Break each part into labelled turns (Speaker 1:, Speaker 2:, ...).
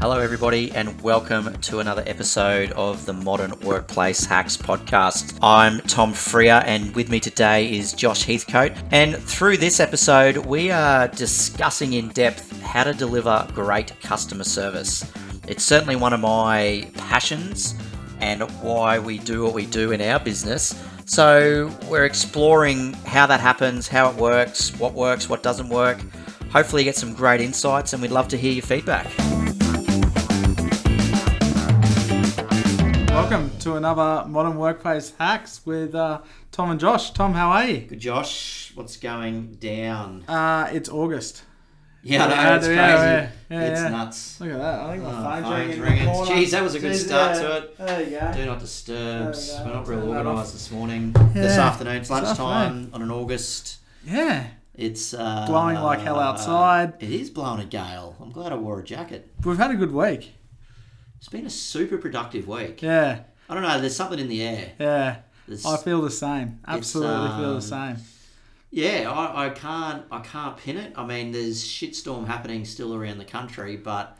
Speaker 1: Hello, everybody, and welcome to another episode of the Modern Workplace Hacks Podcast. I'm Tom Freer, and with me today is Josh Heathcote. And through this episode, we are discussing in depth how to deliver great customer service. It's certainly one of my passions and why we do what we do in our business. So, we're exploring how that happens, how it works, what works, what doesn't work. Hopefully, you get some great insights, and we'd love to hear your feedback.
Speaker 2: Welcome to another Modern Workplace Hacks with uh, Tom and Josh. Tom, how are you?
Speaker 1: Good Josh, what's going down?
Speaker 2: Uh, it's August.
Speaker 1: Yeah, I know,
Speaker 2: Yeah,
Speaker 1: it's crazy.
Speaker 2: yeah, yeah, yeah,
Speaker 1: it's
Speaker 2: yeah.
Speaker 1: nuts.
Speaker 2: Look at that. I think my
Speaker 1: Oh,
Speaker 2: phone's
Speaker 1: phone's
Speaker 2: ringing.
Speaker 1: ringing.
Speaker 2: In the corner.
Speaker 1: Jeez, that was a good start
Speaker 2: yeah.
Speaker 1: to it.
Speaker 2: There you go.
Speaker 1: Do not disturb.
Speaker 2: There
Speaker 1: We're
Speaker 2: we go.
Speaker 1: not real
Speaker 2: Turn that off.
Speaker 1: organised this morning. This
Speaker 2: Yeah.
Speaker 1: afternoon, it's
Speaker 2: This
Speaker 1: lunchtime on an August.
Speaker 2: Yeah,
Speaker 1: It's uh,
Speaker 2: Blowing like hell outside.
Speaker 1: It is blowing a gale. I'm glad I wore a jacket.
Speaker 2: we've had a good week.
Speaker 1: It's been a super productive week.
Speaker 2: Yeah,
Speaker 1: I don't know. There's something in the air.
Speaker 2: yeah.
Speaker 1: There's,
Speaker 2: I feel the same. Absolutely feel the
Speaker 1: um,
Speaker 2: same.
Speaker 1: yeah, I, I can't. I can't pin it. I mean, there's shitstorm happening still around the country, but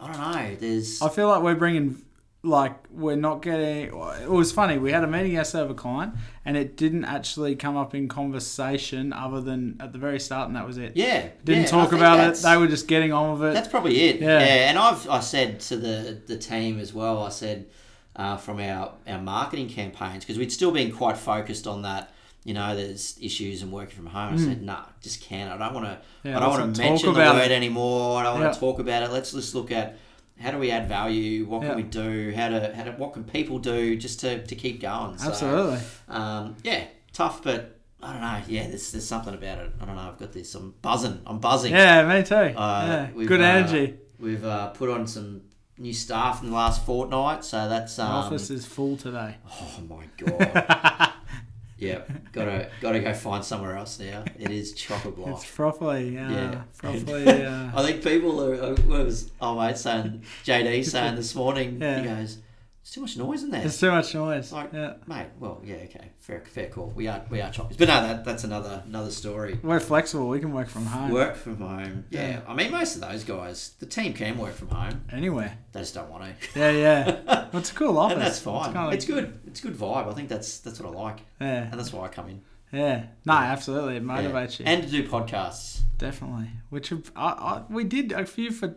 Speaker 1: I don't know. There's
Speaker 2: I feel like we're bringing, like, we're not getting. It was funny. We had a meeting yesterday with a client, and it didn't actually come up in conversation other than at the very start, and that was it.
Speaker 1: yeah.
Speaker 2: Didn't
Speaker 1: yeah, I
Speaker 2: talk
Speaker 1: think
Speaker 2: about it.
Speaker 1: that's-
Speaker 2: They were just getting on with it.
Speaker 1: That's probably it. Yeah.
Speaker 2: Yeah.
Speaker 1: and I've I said to the the team as well. I said uh, from our our marketing campaigns because we'd still been quite focused on that. You know, there's issues and working from home. I said, nah, just can't. I don't want to.
Speaker 2: Hmm. Yeah,
Speaker 1: I don't want
Speaker 2: let's not
Speaker 1: to
Speaker 2: talk
Speaker 1: mention the
Speaker 2: about
Speaker 1: word
Speaker 2: it.
Speaker 1: anymore. I don't want
Speaker 2: Yeah.
Speaker 1: to talk about it. Let's just look at how do we add value. What
Speaker 2: Yeah.
Speaker 1: can we do? How to how to, what can people do just to to keep going? So,
Speaker 2: Absolutely.
Speaker 1: Um, yeah, tough, but. I don't know. Yeah, there's, there's something about it. I don't know. I've got this. I'm buzzing. I'm buzzing.
Speaker 2: Yeah, me too.
Speaker 1: Uh,
Speaker 2: yeah.
Speaker 1: we've,
Speaker 2: Good
Speaker 1: uh,
Speaker 2: energy.
Speaker 1: We've uh, put on some new staff in the last fortnight, so that's um,
Speaker 2: My office is full today.
Speaker 1: Oh my god! yeah, gotta gotta go find somewhere else now. It is chock a block.
Speaker 2: It's properly, uh,
Speaker 1: Yeah.
Speaker 2: properly. Uh,
Speaker 1: I think people are. uh, What was oh mate saying? JD saying this morning.
Speaker 2: Yeah.
Speaker 1: He goes, "There's too much noise in there."
Speaker 2: it's too much noise.
Speaker 1: Like-
Speaker 2: yeah.
Speaker 1: Mate, well, yeah, okay, fair, fair call. We are, we are choppies, but no, that, that's another, another story.
Speaker 2: We're flexible. We can work from home
Speaker 1: Work from home, yeah.
Speaker 2: Yeah.
Speaker 1: I mean, most of those guys, the team can work from home.
Speaker 2: anywhere.
Speaker 1: They just don't want to.
Speaker 2: Yeah, yeah. Well, it's a cool office.
Speaker 1: and that's
Speaker 2: It's
Speaker 1: fine.
Speaker 2: kinda like-
Speaker 1: It's good. It's a good vibe. I think that's that's what I like,
Speaker 2: Yeah,
Speaker 1: and that's why I come in.
Speaker 2: yeah. No, absolutely. It
Speaker 1: Yeah.
Speaker 2: motivates you.
Speaker 1: And to do podcasts.
Speaker 2: Definitely. Which have- I, I, we did a few for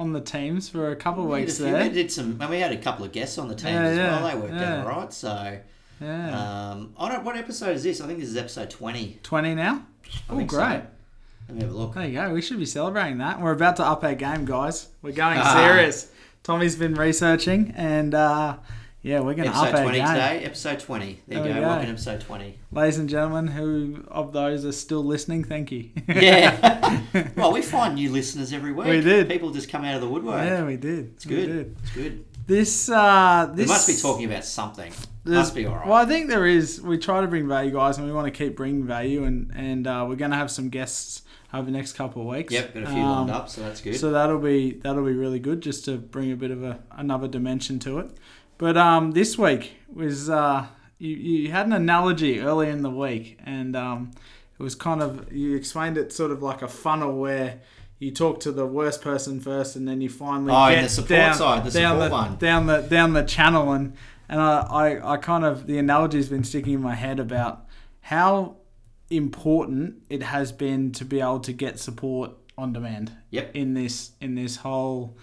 Speaker 2: on the teams for a couple of
Speaker 1: We did
Speaker 2: weeks
Speaker 1: a few- Uh, we
Speaker 2: there.
Speaker 1: did some, and we had a couple of guests on the team
Speaker 2: Yeah,
Speaker 1: as well.
Speaker 2: yeah,
Speaker 1: They worked
Speaker 2: yeah.
Speaker 1: out all right. So,
Speaker 2: Yeah.
Speaker 1: um, I don't. What episode is this? I think this is episode twenty.
Speaker 2: Twenty now.
Speaker 1: I
Speaker 2: Oh,
Speaker 1: think so.
Speaker 2: great.
Speaker 1: Let me have a look.
Speaker 2: There you go. We should be celebrating that. We're about to up our game, guys. We're going
Speaker 1: Ah.
Speaker 2: serious. Tommy's been researching, and uh, yeah, we're going to up
Speaker 1: Episode
Speaker 2: our
Speaker 1: twenty
Speaker 2: game,
Speaker 1: today. Episode twenty. There,
Speaker 2: There
Speaker 1: you
Speaker 2: we
Speaker 1: go.
Speaker 2: go.
Speaker 1: Welcome to episode twenty.
Speaker 2: ladies and gentlemen. Who of those are still listening? Thank you.
Speaker 1: Yeah. well, we find new listeners every week.
Speaker 2: We did.
Speaker 1: People just come out of the woodwork.
Speaker 2: yeah, we did. It's
Speaker 1: good. It's good.
Speaker 2: This, uh,
Speaker 1: They
Speaker 2: this
Speaker 1: must be talking about something.
Speaker 2: this-
Speaker 1: Must be all right.
Speaker 2: Well, I think there is. We try to bring value, guys, and we want to keep bringing value, and and uh, we're going to have some guests over the next couple of weeks.
Speaker 1: Yep, got a few
Speaker 2: Um,
Speaker 1: lined up, so that's good.
Speaker 2: So that'll be that'll be really good, just to bring a bit of a, another dimension to it. But um, this week was uh, you, you had an analogy early in the week, and um, it was kind of you explained it sort of like a funnel where you talk to the worst person first, and then you finally
Speaker 1: Oh,
Speaker 2: get
Speaker 1: and the support
Speaker 2: down,
Speaker 1: side, the
Speaker 2: down
Speaker 1: support
Speaker 2: the,
Speaker 1: one.
Speaker 2: down the down the channel, and and I, I I kind of the analogy's been sticking in my head about how important it has been to be able to get support on demand
Speaker 1: Yep.
Speaker 2: in this in this whole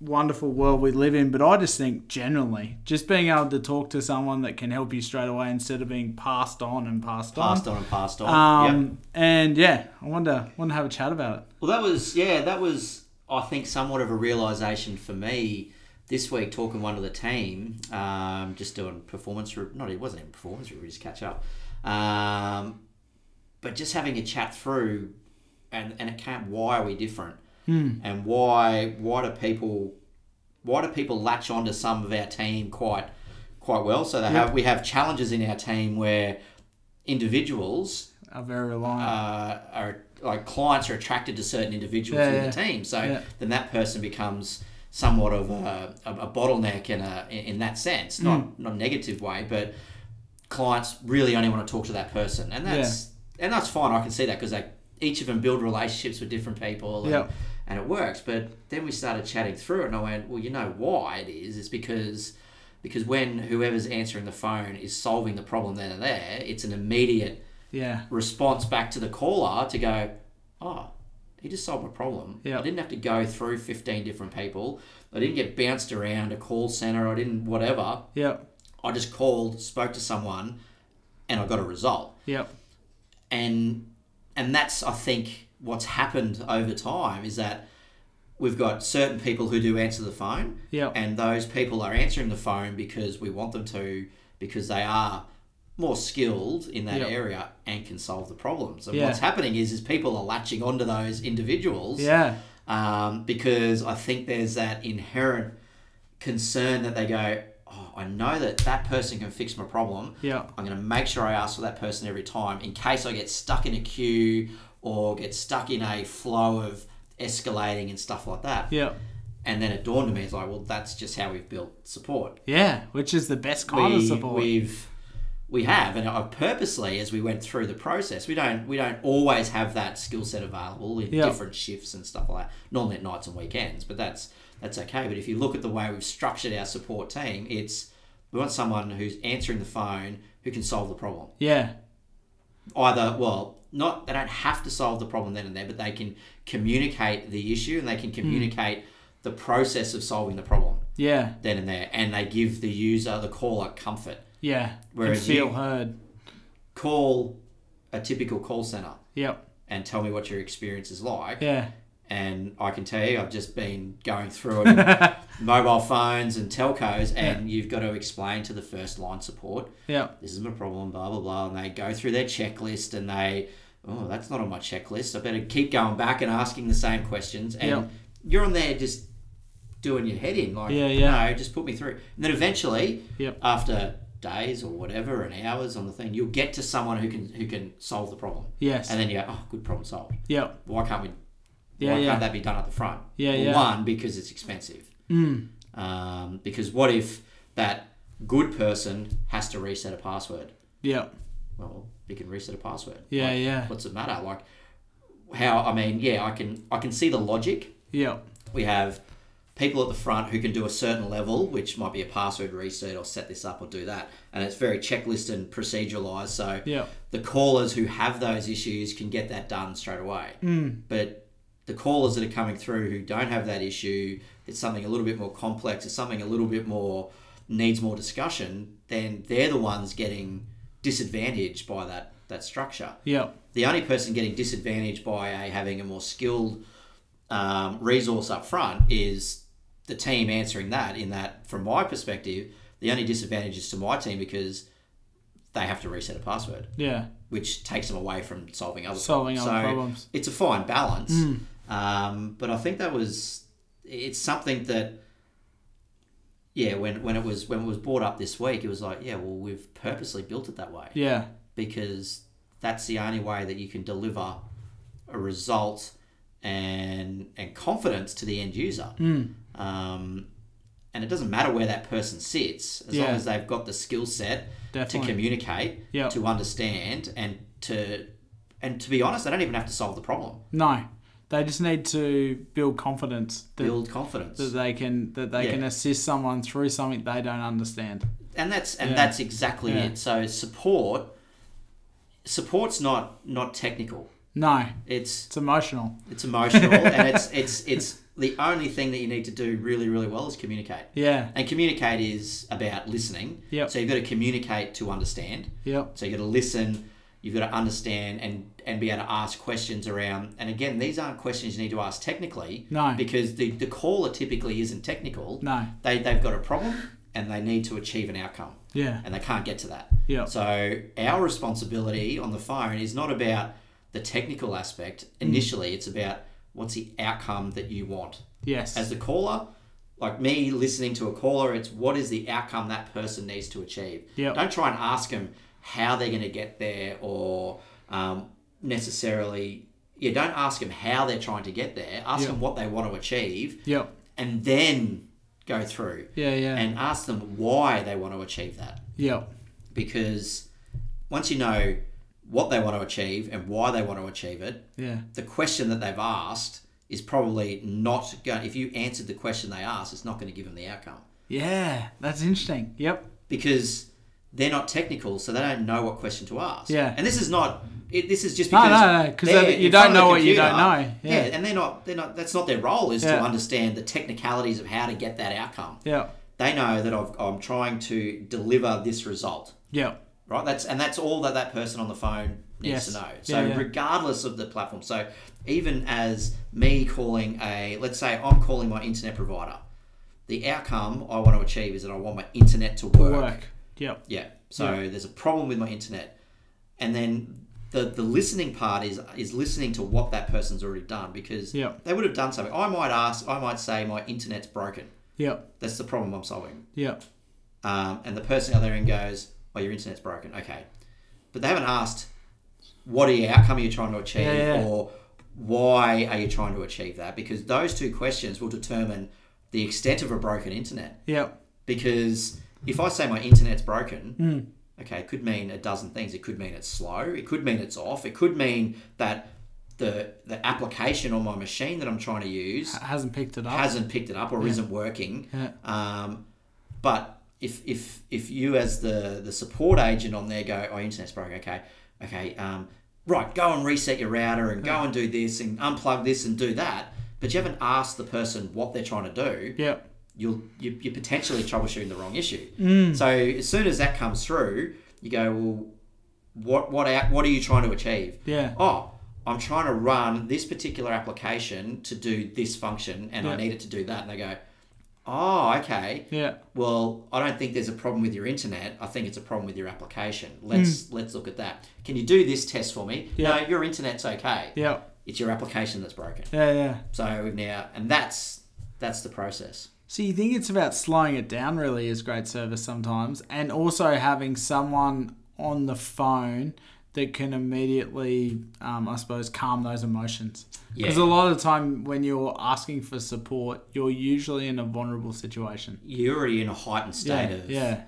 Speaker 2: wonderful world we live in but i just think generally just being able to talk to someone that can help you straight away instead of being passed on and passed,
Speaker 1: passed on and passed on.
Speaker 2: on um
Speaker 1: yep.
Speaker 2: and yeah i wonder want to have a chat about it
Speaker 1: Well, that was yeah, that was I think somewhat of a realization for me this week talking one of the team, um, just doing performance. Re- not it wasn't even performance review, just catch up. Um, but just having a chat through, and and it came. Why are we different? And why why do people why do people latch onto some of our team quite quite well? So they have we have challenges in our team where individuals
Speaker 2: are very reliant
Speaker 1: uh, are like clients are attracted to certain individuals
Speaker 2: Ah. Yeah,
Speaker 1: within
Speaker 2: yeah.
Speaker 1: the team. So
Speaker 2: Yeah.
Speaker 1: then that person becomes somewhat of a, a, a bottleneck in a in in that
Speaker 2: Mm.
Speaker 1: sense, not not a negative way, but clients really only want to talk to that person, and that's and that's fine. I can see that because they each of them build relationships with different people. And,
Speaker 2: Yep.
Speaker 1: and it works. But then we started chatting through it, and I went, well, you know why it is? It's because because when whoever's answering the phone is solving the problem then and there, it's an immediate
Speaker 2: Yeah.
Speaker 1: response back to the caller to go, oh, he just solved my problem.
Speaker 2: Yeah.
Speaker 1: I didn't have to go through 15 different people. I didn't get bounced around a call center. I didn't whatever.
Speaker 2: Yep.
Speaker 1: I just called, spoke to someone, and I got a result.
Speaker 2: Yep.
Speaker 1: And and that's I think what's happened over time is that we've got certain people who do answer the phone,
Speaker 2: Yep.
Speaker 1: and those people are answering the phone because we want them to because they are more skilled in that
Speaker 2: Yep.
Speaker 1: area and can solve the problems. And
Speaker 2: Yeah.
Speaker 1: what's happening is is people are latching onto those individuals
Speaker 2: Yeah.
Speaker 1: um, because I think there's that inherent concern that they go, oh, I know that that person can fix my problem.
Speaker 2: Yeah.
Speaker 1: I'm going to make sure I ask for that person every time in case I get stuck in a queue or get stuck in a flow of escalating and stuff like that.
Speaker 2: Yep.
Speaker 1: And then it dawned on me, it's like, well, that's just how we've built support
Speaker 2: Yeah. Which is the best kind of support.
Speaker 1: we've we have and I purposely as we went through the process we don't we don't always have that skill set available in
Speaker 2: Yeah.
Speaker 1: different shifts and stuff like that normally at nights and weekends but that's that's okay but if you look at the way we've structured our support team it's we want someone who's answering the phone who can solve the problem
Speaker 2: yeah.
Speaker 1: either well not they don't have to solve the problem then and there but they can communicate the issue and they can communicate the process of solving the problem
Speaker 2: Yeah.
Speaker 1: then and there and they give the user the caller comfort
Speaker 2: Yeah.
Speaker 1: Whereas
Speaker 2: and feel
Speaker 1: you-
Speaker 2: heard.
Speaker 1: call a typical call center
Speaker 2: Yep.
Speaker 1: and tell me what your experience is like.
Speaker 2: Yeah.
Speaker 1: And I can tell you, I've just been going through it in mobile phones and telcos, and you've got to explain to the first line support,
Speaker 2: Yep.
Speaker 1: this is my problem, blah, blah, blah. And they go through their checklist and they, oh, that's not on my checklist. I better keep going back and asking the same questions. And
Speaker 2: Yeah.
Speaker 1: you're on there just doing your head in, like,
Speaker 2: Yeah, yeah.
Speaker 1: no, just put me through. And then eventually,
Speaker 2: Yep.
Speaker 1: after days or whatever and hours on the thing, you'll get to someone who can who can solve the problem.
Speaker 2: Yes.
Speaker 1: And then you go, oh, good problem solved.
Speaker 2: Yep.
Speaker 1: Why can't we?
Speaker 2: Yeah,
Speaker 1: why
Speaker 2: yeah.
Speaker 1: can't that be done at the front?
Speaker 2: Yeah,
Speaker 1: Well,
Speaker 2: yeah. Mm.
Speaker 1: One because it's expensive. Um, because what if that good person has to reset a password?
Speaker 2: Yep.
Speaker 1: Well, they can reset a password.
Speaker 2: Yeah,
Speaker 1: Like,
Speaker 2: yeah.
Speaker 1: What's the matter? Like, how? I mean, yeah, I can I can see the logic.
Speaker 2: Yep.
Speaker 1: We have people at the front who can do a certain level, which might be a password reset or set this up or do that. And it's very checklist and proceduralized. So
Speaker 2: Yeah.
Speaker 1: the callers who have those issues can get that done straight away. But the callers that are coming through who don't have that issue, it's something a little bit more complex, it's something a little bit more needs more discussion, then they're the ones getting disadvantaged by that, that structure
Speaker 2: Yep.
Speaker 1: the only person getting disadvantaged by a, having a more skilled um, resource up front is the team answering that. In that, from my perspective, the only disadvantage is to my team because they have to reset a password,
Speaker 2: Yeah.
Speaker 1: which takes them away from solving other
Speaker 2: Solving
Speaker 1: problems.
Speaker 2: other
Speaker 1: So
Speaker 2: problems. Hmm.
Speaker 1: It's a fine balance, um, but I think that was it's something that. Yeah, when, when it was when it was brought up this week, it was like, yeah, well, we've purposely built it that way
Speaker 2: Yeah.
Speaker 1: because that's the only way that you can deliver a result and and confidence to the end user.
Speaker 2: Hmm.
Speaker 1: Um, and it doesn't matter where that person sits, as
Speaker 2: Yeah.
Speaker 1: long as they've got the skill set to
Speaker 2: Definitely.
Speaker 1: communicate,
Speaker 2: Yep.
Speaker 1: to understand, and to and to be honest, they don't even have to solve the problem.
Speaker 2: No. They just need to build confidence that,
Speaker 1: Build confidence,
Speaker 2: that they can that they
Speaker 1: Yeah.
Speaker 2: can assist someone through something they don't understand.
Speaker 1: and that's and
Speaker 2: Yeah.
Speaker 1: that's exactly
Speaker 2: Yeah.
Speaker 1: it. So support, support's not not technical.
Speaker 2: No.
Speaker 1: It's
Speaker 2: It's emotional.
Speaker 1: It's emotional, and it's it's it's the only thing that you need to do really really well is communicate.
Speaker 2: Yeah.
Speaker 1: And communicate is about listening.
Speaker 2: Yep.
Speaker 1: So you've got to communicate to understand.
Speaker 2: Yep.
Speaker 1: So you've got to listen. You've got to understand and and be able to ask questions around. And again, these aren't questions you need to ask technically.
Speaker 2: No.
Speaker 1: Because the the caller typically isn't technical.
Speaker 2: No.
Speaker 1: They they've got a problem and they need to achieve an outcome
Speaker 2: Yeah.
Speaker 1: and they can't get to that.
Speaker 2: Yeah.
Speaker 1: So our responsibility on the phone is not about the technical aspect
Speaker 2: Mm.
Speaker 1: initially. It's about what's the outcome that you want
Speaker 2: Yes.
Speaker 1: as the caller. Like me listening to a caller, it's what is the outcome that person needs to achieve.
Speaker 2: Yeah.
Speaker 1: Don't try and ask them how they're going to get there or um, necessarily. Yeah, don't ask them how they're trying to get there. Ask
Speaker 2: Yeah.
Speaker 1: them what they want to achieve,
Speaker 2: Yep.
Speaker 1: and then go through
Speaker 2: Yeah. Yeah.
Speaker 1: and ask them why they want to achieve that
Speaker 2: yep.
Speaker 1: because once you know what they want to achieve and why they want to achieve it.
Speaker 2: Yeah.
Speaker 1: The question that they've asked is probably not going. If you answered the question they asked, it's not going to give them the outcome
Speaker 2: Yeah. That's interesting. Yep.
Speaker 1: because they're not technical, so they don't know what question to ask.
Speaker 2: Yeah.
Speaker 1: And this is not. It, this is just
Speaker 2: No,
Speaker 1: because
Speaker 2: no, no, 'cause
Speaker 1: they're
Speaker 2: they- you
Speaker 1: in
Speaker 2: don't
Speaker 1: front of the
Speaker 2: know what you don't
Speaker 1: computer.
Speaker 2: know.
Speaker 1: Yeah.
Speaker 2: Yeah.
Speaker 1: and they're not. They're not. That's not their role is to
Speaker 2: Yeah.
Speaker 1: understand the technicalities of how to get that outcome.
Speaker 2: Yep.
Speaker 1: They know that I've, I'm trying to deliver this result,
Speaker 2: Yep.
Speaker 1: right? That's and that's all that that person on the phone needs
Speaker 2: Yes.
Speaker 1: to know. So
Speaker 2: Yeah, yeah.
Speaker 1: regardless of the platform, so even as me calling a, let's say I'm calling my internet provider, the outcome I want to achieve is that I want my internet to
Speaker 2: Work. Yep.
Speaker 1: yeah. So there's a problem with my internet, and then the the listening part is is listening to what that person's already done because
Speaker 2: Yeah.
Speaker 1: they would have done something. I might ask, I might say my internet's broken.
Speaker 2: Yep.
Speaker 1: That's the problem I'm solving.
Speaker 2: Yep.
Speaker 1: Um, and the person on the other end goes, "Oh, your internet's broken." Okay, but they haven't asked what are your outcome you're trying to achieve
Speaker 2: Yeah, yeah.
Speaker 1: or why are you trying to achieve that because those two questions will determine the extent of a broken internet
Speaker 2: Yep.
Speaker 1: because if I say my internet's broken,
Speaker 2: Hmm.
Speaker 1: okay, it could mean a dozen things. It could mean it's slow. It could mean it's off. It could mean that the the application on my machine that I'm trying to use
Speaker 2: Hasn't picked it up.
Speaker 1: hasn't picked it up or isn't working.
Speaker 2: Yeah.
Speaker 1: Um, but if if if you as the the support agent on there go, oh, internet's broken. Okay, okay. Um, right, go and reset your router and go and do this and unplug this and do that. But you haven't asked the person what they're trying to do
Speaker 2: Yep.
Speaker 1: you'll you, you're potentially troubleshooting the wrong issue. So as soon as that comes through, you go, well, what what out, what are you trying to achieve?
Speaker 2: Yeah.
Speaker 1: Oh, I'm trying to run this particular application to do this function, and I
Speaker 2: Yeah.
Speaker 1: need it to do that. And they go, oh, okay.
Speaker 2: Yeah.
Speaker 1: Well, I don't think there's a problem with your internet. I think it's a problem with your application. Let's let's look at that. Can you do this test for me?
Speaker 2: Hmm. Yeah.
Speaker 1: No, your internet's okay.
Speaker 2: Yep.
Speaker 1: It's your application that's broken.
Speaker 2: Yeah. Yeah.
Speaker 1: So we've now, and that's that's the process.
Speaker 2: So you think it's about slowing it down really is great service sometimes and also having someone on the phone that can immediately um, I suppose calm those emotions. Because
Speaker 1: Yeah.
Speaker 2: a lot of the time when you're asking for support, you're usually in a vulnerable situation.
Speaker 1: you're already in a heightened state
Speaker 2: yeah,
Speaker 1: of
Speaker 2: yeah.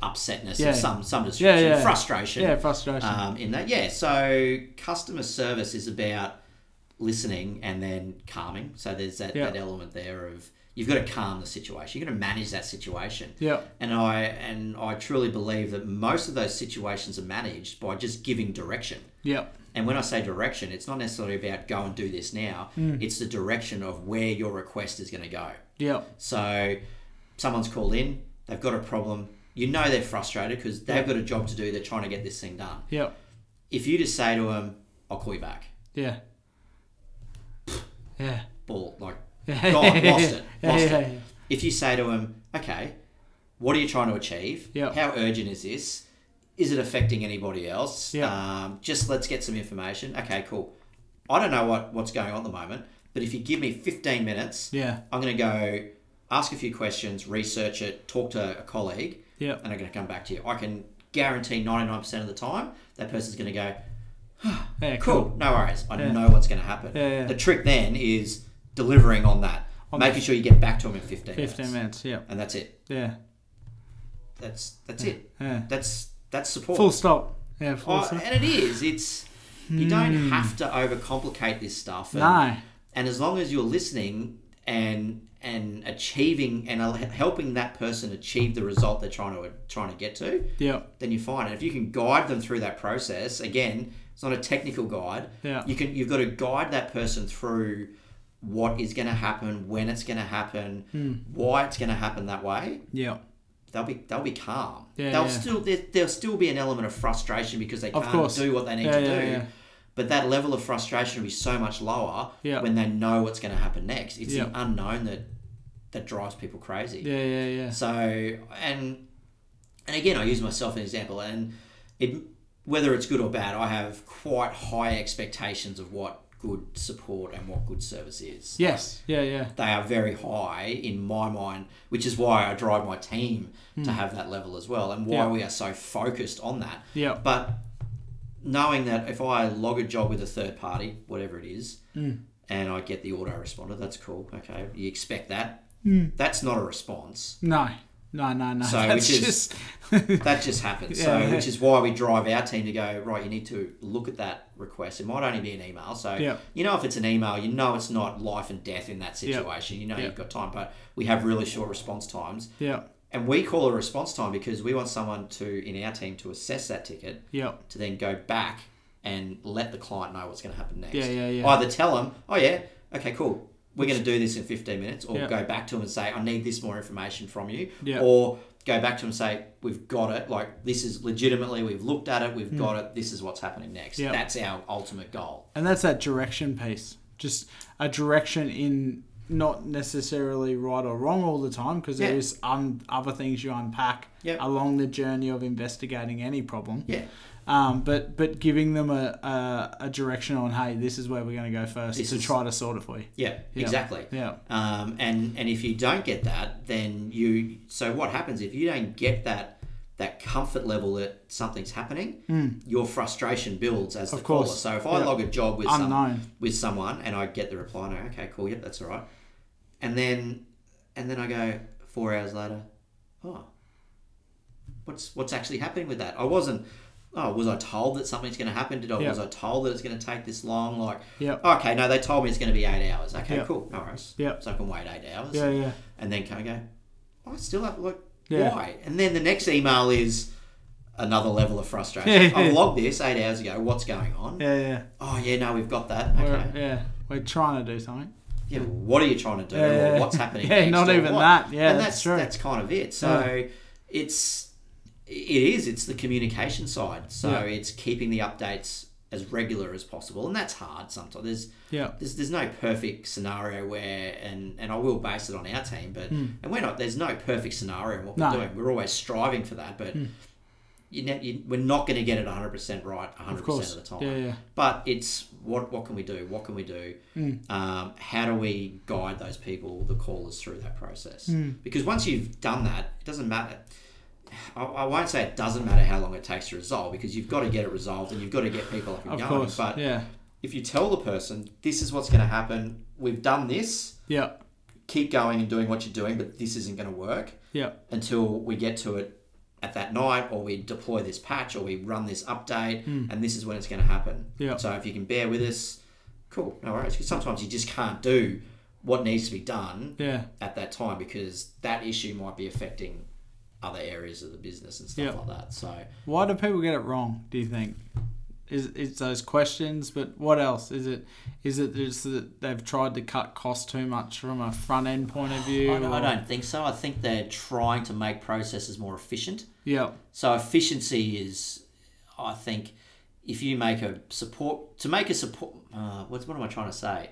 Speaker 1: upsetness
Speaker 2: Yeah.
Speaker 1: of some some description,
Speaker 2: Yeah, yeah.
Speaker 1: frustration.
Speaker 2: Yeah, frustration.
Speaker 1: Um, in that, yeah. So customer service is about listening and then calming. So there's that,
Speaker 2: Yeah.
Speaker 1: that element there of you've got to calm the situation. You've got to manage that situation.
Speaker 2: yeah.
Speaker 1: And I and I truly believe that most of those situations are managed by just giving direction.
Speaker 2: Yeah.
Speaker 1: And when I say direction, it's not necessarily about go and do this now.
Speaker 2: Hmm.
Speaker 1: It's the direction of where your request is going to go.
Speaker 2: Yeah.
Speaker 1: So someone's called in, they've got a problem. You know they're frustrated because they've got a job to do. They're trying to get this thing done.
Speaker 2: Yeah.
Speaker 1: If you just say to them, "I'll call you back,"
Speaker 2: Yeah. Yeah.
Speaker 1: ball like
Speaker 2: Yeah.
Speaker 1: gone, lost it,
Speaker 2: Yeah,
Speaker 1: lost
Speaker 2: yeah,
Speaker 1: it.
Speaker 2: yeah.
Speaker 1: If you say to them, "Okay, what are you trying to achieve?
Speaker 2: Yeah.
Speaker 1: How urgent is this? Is it affecting anybody else?
Speaker 2: Yeah.
Speaker 1: Um, just let's get some information. Okay, cool. I don't know what what's going on at the moment, but if you give me fifteen minutes,
Speaker 2: Yeah.
Speaker 1: I'm going to go ask a few questions, research it, talk to a colleague,
Speaker 2: Yeah.
Speaker 1: and I'm going to come back to you. I can guarantee 99% of the time that person's going to go,
Speaker 2: Yeah,
Speaker 1: cool, no worries. I
Speaker 2: Yeah.
Speaker 1: know what's going to happen.
Speaker 2: Yeah, yeah.
Speaker 1: The trick then is delivering on that, making sure you get back to them in 15, minutes.
Speaker 2: 15 minutes. Yeah.
Speaker 1: And that's it.
Speaker 2: Yeah.
Speaker 1: That's that's it.
Speaker 2: Yeah.
Speaker 1: That's that's support.
Speaker 2: Full stop. Yeah, full
Speaker 1: Oh,
Speaker 2: stop.
Speaker 1: and it is. It's you
Speaker 2: Hmm.
Speaker 1: don't have to overcomplicate this stuff. And,
Speaker 2: No.
Speaker 1: and as long as you're listening and and achieving and al- helping that person achieve the result they're trying to trying to get to,
Speaker 2: Yeah.
Speaker 1: then you're fine. And if you can guide them through that process, again, it's not a technical guide.
Speaker 2: Yeah.
Speaker 1: You can you've got to guide that person through what is going to happen, when it's going to happen,
Speaker 2: Hmm.
Speaker 1: why it's going to happen that way.
Speaker 2: Yeah.
Speaker 1: They'll be they'll be calm.
Speaker 2: Yeah,
Speaker 1: they'll
Speaker 2: yeah.
Speaker 1: still there, there'll still be an element of frustration because they
Speaker 2: Of
Speaker 1: can't
Speaker 2: course.
Speaker 1: do what they need
Speaker 2: Yeah,
Speaker 1: to
Speaker 2: yeah,
Speaker 1: do.
Speaker 2: yeah.
Speaker 1: But that level of frustration will be so much lower
Speaker 2: Yeah.
Speaker 1: when they know what's going to happen next. It's
Speaker 2: Yeah.
Speaker 1: the unknown that that drives people crazy.
Speaker 2: Yeah, yeah, yeah.
Speaker 1: So and and again, I use myself as an example, and it whether it's good or bad, I have quite high expectations of what good support and what good service is.
Speaker 2: Yes. Yeah, yeah.
Speaker 1: They are very high in my mind, which is why I drive my team to have that level as well, and why
Speaker 2: Hmm. Yeah.
Speaker 1: we are so focused on that.
Speaker 2: Yeah.
Speaker 1: But knowing that if I log a job with a third party, whatever it is,
Speaker 2: Hmm.
Speaker 1: and I
Speaker 2: Hmm.
Speaker 1: get the autoresponder, that's cool. Okay, you expect that. That's not a response
Speaker 2: No. No, no, no.
Speaker 1: So,
Speaker 2: that's
Speaker 1: which is-
Speaker 2: just
Speaker 1: That just happens.
Speaker 2: Yeah.
Speaker 1: So, which is why we drive our team to go right. You need to look at that request. It might only be an email. So,
Speaker 2: Yeah.
Speaker 1: you know, if it's an email, you know it's not life and death in that
Speaker 2: Yeah.
Speaker 1: situation. You know,
Speaker 2: Yeah.
Speaker 1: you've got time, but we have really short response times,
Speaker 2: yeah,
Speaker 1: and we call a response time because we want someone to in our team to assess that ticket
Speaker 2: yeah,
Speaker 1: to then go back and let the client know what's going to happen next.
Speaker 2: Yeah, yeah, yeah.
Speaker 1: Either tell them, oh yeah, okay, cool, we're going to do this in 15 minutes, or
Speaker 2: Yeah.
Speaker 1: go back to them and say, I need this more information from you,
Speaker 2: Yeah.
Speaker 1: or go back to them and say, we've got it, like this is legitimately, we've looked at it, we've got it, this is what's happening next.
Speaker 2: Hmm. Yeah.
Speaker 1: That's our ultimate goal.
Speaker 2: and that's that direction piece. Just a direction in not necessarily right or wrong all the time because
Speaker 1: Yeah.
Speaker 2: there's un- other things you unpack
Speaker 1: Yep.
Speaker 2: along the journey of investigating any problem.
Speaker 1: Yeah,
Speaker 2: Um, but but giving them a, a, a direction on hey, this is where we're going to go first
Speaker 1: This
Speaker 2: to
Speaker 1: is-
Speaker 2: try to sort it for you.
Speaker 1: yeah,
Speaker 2: Yeah.
Speaker 1: exactly.
Speaker 2: Yeah,
Speaker 1: Um, and and if you don't get that, then you. So what happens if you don't get that that comfort level that something's happening? Your frustration builds as the
Speaker 2: Hmm. Of course.
Speaker 1: caller. So if I
Speaker 2: Yeah.
Speaker 1: log a job with
Speaker 2: Unknown.
Speaker 1: some, with someone and I get the reply, no, okay, cool, yep, that's all right. And then and then I go four hours later, oh, what's what's actually happening with that? I wasn't. Oh, was I told that something's going to happen? Did I
Speaker 2: Yeah.
Speaker 1: was I told that it's going to take this long? Like,
Speaker 2: Yeah.
Speaker 1: okay, no, they told me it's going to be eight hours. Okay,
Speaker 2: Yeah.
Speaker 1: cool, no worries.
Speaker 2: Yeah.
Speaker 1: So I can wait eight hours.
Speaker 2: yeah, yeah.
Speaker 1: And then kind of go, I still have like
Speaker 2: Yeah.
Speaker 1: why? And then the next email is another level of frustration. I logged this eight hours ago. What's going on?
Speaker 2: Yeah, yeah.
Speaker 1: Oh yeah, no, we've got that. Okay.
Speaker 2: We're, yeah, we're trying to do something.
Speaker 1: Yeah. well, What are you trying to do?
Speaker 2: Yeah, yeah,
Speaker 1: Or what's
Speaker 2: yeah.
Speaker 1: happening?
Speaker 2: Yeah,
Speaker 1: next?
Speaker 2: not
Speaker 1: Or
Speaker 2: even
Speaker 1: what?
Speaker 2: that. Yeah,
Speaker 1: And
Speaker 2: that's
Speaker 1: that's
Speaker 2: true.
Speaker 1: that's kind of it. So it's it is it's the communication side. So
Speaker 2: Yeah.
Speaker 1: it's keeping the updates as regular as possible, and that's hard sometimes. There's
Speaker 2: Yeah,
Speaker 1: there's, there's no perfect scenario where and and I will base it on our team, but and we're not there's no perfect scenario in what
Speaker 2: Hmm. No. Hmm.
Speaker 1: we're doing. We're always striving for that, but you, ne- you we're not going to get it 100 percent right 100 percent
Speaker 2: course.
Speaker 1: of the time.
Speaker 2: Yeah, yeah.
Speaker 1: But it's what what can we do? What can we do?
Speaker 2: Hmm.
Speaker 1: Um, how do we guide those people, the callers, through that process?
Speaker 2: Hmm.
Speaker 1: Because once you've done that, it doesn't matter. I, I won't say it doesn't matter how long it takes to resolve because you've got to get it resolved and you've got to get people up and
Speaker 2: of
Speaker 1: going.
Speaker 2: course.
Speaker 1: But
Speaker 2: yeah,
Speaker 1: if you tell the person this is what's going to happen we've done this
Speaker 2: yeah,
Speaker 1: keep going and doing what you're doing but this isn't going to work
Speaker 2: yeah,
Speaker 1: until we get to it at that night or we deploy this patch or we run this update and this is when it's going to happen
Speaker 2: Hmm. Yeah.
Speaker 1: so if you can bear with us cool no worries 'Cause sometimes you just can't do what needs to be done
Speaker 2: yeah.
Speaker 1: at that time because that issue might be affecting other areas of the business and stuff
Speaker 2: Yeah.
Speaker 1: like that so
Speaker 2: Why do people get it wrong? Do you think? Is it's those questions? But what else is it? Is it just that they've tried to cut costs too much from a front end point of view?
Speaker 1: I, I
Speaker 2: or-
Speaker 1: don't think so i think they're trying to make processes more efficient
Speaker 2: Yeah,
Speaker 1: So efficiency is, I think, if you make a support to make a support. Uh, what's what am I trying to say?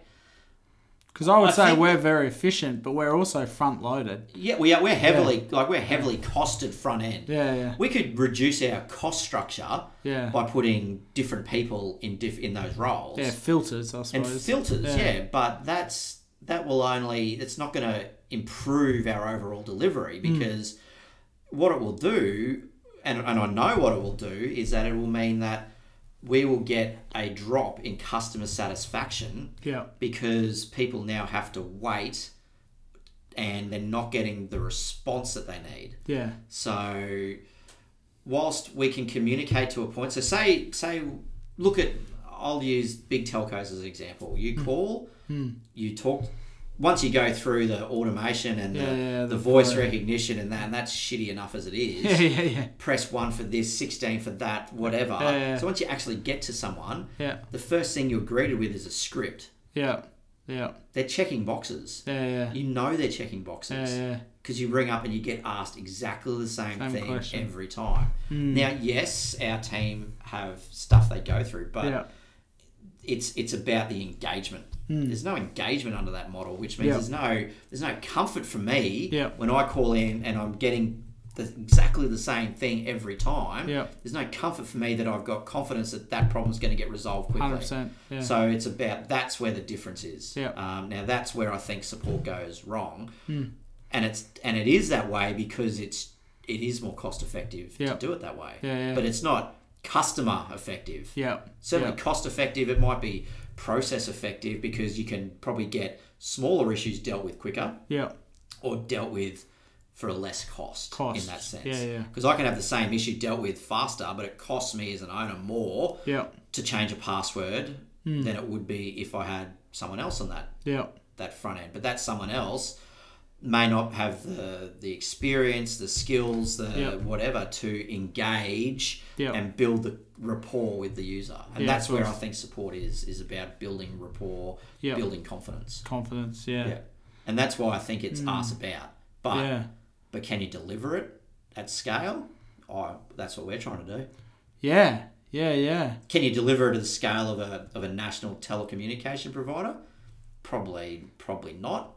Speaker 2: because I would
Speaker 1: I
Speaker 2: say
Speaker 1: think-
Speaker 2: we're very efficient, but we're also front loaded.
Speaker 1: Yeah, we are, we're heavily like we're heavily costed front end.
Speaker 2: Yeah, yeah,
Speaker 1: We could reduce our cost structure
Speaker 2: Yeah.
Speaker 1: by putting different people in diff in those roles
Speaker 2: yeah. Filters, I
Speaker 1: and
Speaker 2: suppose.
Speaker 1: filters.
Speaker 2: Yeah.
Speaker 1: Yeah. but that's that will only it's not going to improve our overall delivery
Speaker 2: Hmm.
Speaker 1: because what it will do, and, and I know what it will do, is that it will mean that we will get a drop in customer satisfaction
Speaker 2: Yeah,
Speaker 1: because people now have to wait and they're not getting the response that they need.
Speaker 2: yeah,
Speaker 1: So, whilst we can communicate to a point, so say say look at I'll use big telcos as an example.
Speaker 2: Hmm.
Speaker 1: You call, you talk. Once you go through the automation and
Speaker 2: Yeah,
Speaker 1: the,
Speaker 2: yeah,
Speaker 1: the,
Speaker 2: the
Speaker 1: voice
Speaker 2: voice.
Speaker 1: recognition and that, and that's shitty enough as it is.
Speaker 2: yeah, yeah, yeah,
Speaker 1: Press one for this, sixteen for that, whatever.
Speaker 2: Yeah, yeah, yeah.
Speaker 1: So once you actually get to someone,
Speaker 2: yeah,
Speaker 1: the first thing you're greeted with is a script.
Speaker 2: yeah, yeah,
Speaker 1: They're checking boxes.
Speaker 2: yeah, yeah,
Speaker 1: You know they're checking
Speaker 2: yeah,
Speaker 1: boxes
Speaker 2: yeah.
Speaker 1: because you ring up and you get asked exactly the same,
Speaker 2: Same
Speaker 1: thing
Speaker 2: question. Hmm.
Speaker 1: every time. Now, yes, our team have stuff they go through, but
Speaker 2: yeah.
Speaker 1: it's it's about the engagement. There's no engagement under that model, which means
Speaker 2: Hmm. Yeah.
Speaker 1: there's no there's no comfort for me
Speaker 2: Yeah.
Speaker 1: when I call in and I'm getting the, exactly the same thing every time.
Speaker 2: Yeah.
Speaker 1: There's no comfort for me that I've got confidence that that problem's going to get resolved quickly.
Speaker 2: Hundred percent. Yeah.
Speaker 1: So it's about that's where the difference is.
Speaker 2: Yeah. Hmm.
Speaker 1: Um, now that's where I think support goes wrong, and it's and it is that way because it's it is more cost effective
Speaker 2: Yeah.
Speaker 1: to do it that way.
Speaker 2: Yeah, yeah.
Speaker 1: But it's not customer effective.
Speaker 2: yeah.
Speaker 1: Certainly
Speaker 2: yeah.
Speaker 1: cost effective. It might be process effective because you can probably get smaller issues dealt with quicker
Speaker 2: Yeah.
Speaker 1: or dealt with for a less cost,
Speaker 2: Cost.
Speaker 1: in that sense.
Speaker 2: Yeah, yeah.
Speaker 1: Because I can have the same issue dealt with faster, but it costs me as an owner more
Speaker 2: Yeah.
Speaker 1: to change a password
Speaker 2: Hmm.
Speaker 1: than it would be if I had someone else on that
Speaker 2: Yeah.
Speaker 1: that front end. But that someone else may not have the the experience, the skills, the
Speaker 2: Yep.
Speaker 1: whatever to engage
Speaker 2: Yep.
Speaker 1: and build the rapport with the user. And
Speaker 2: Yeah,
Speaker 1: that's
Speaker 2: of
Speaker 1: where I
Speaker 2: course.
Speaker 1: think support is is about building rapport,
Speaker 2: Yep.
Speaker 1: building confidence.
Speaker 2: Confidence.
Speaker 1: Yeah. And that's why I think it's us about. But
Speaker 2: Yeah. Hmm. yeah.
Speaker 1: but can you deliver it at scale? Oh, that's what we're trying to do.
Speaker 2: Yeah, yeah, yeah.
Speaker 1: Can you deliver it at the scale of a, of a national telecommunication provider? Probably, probably not.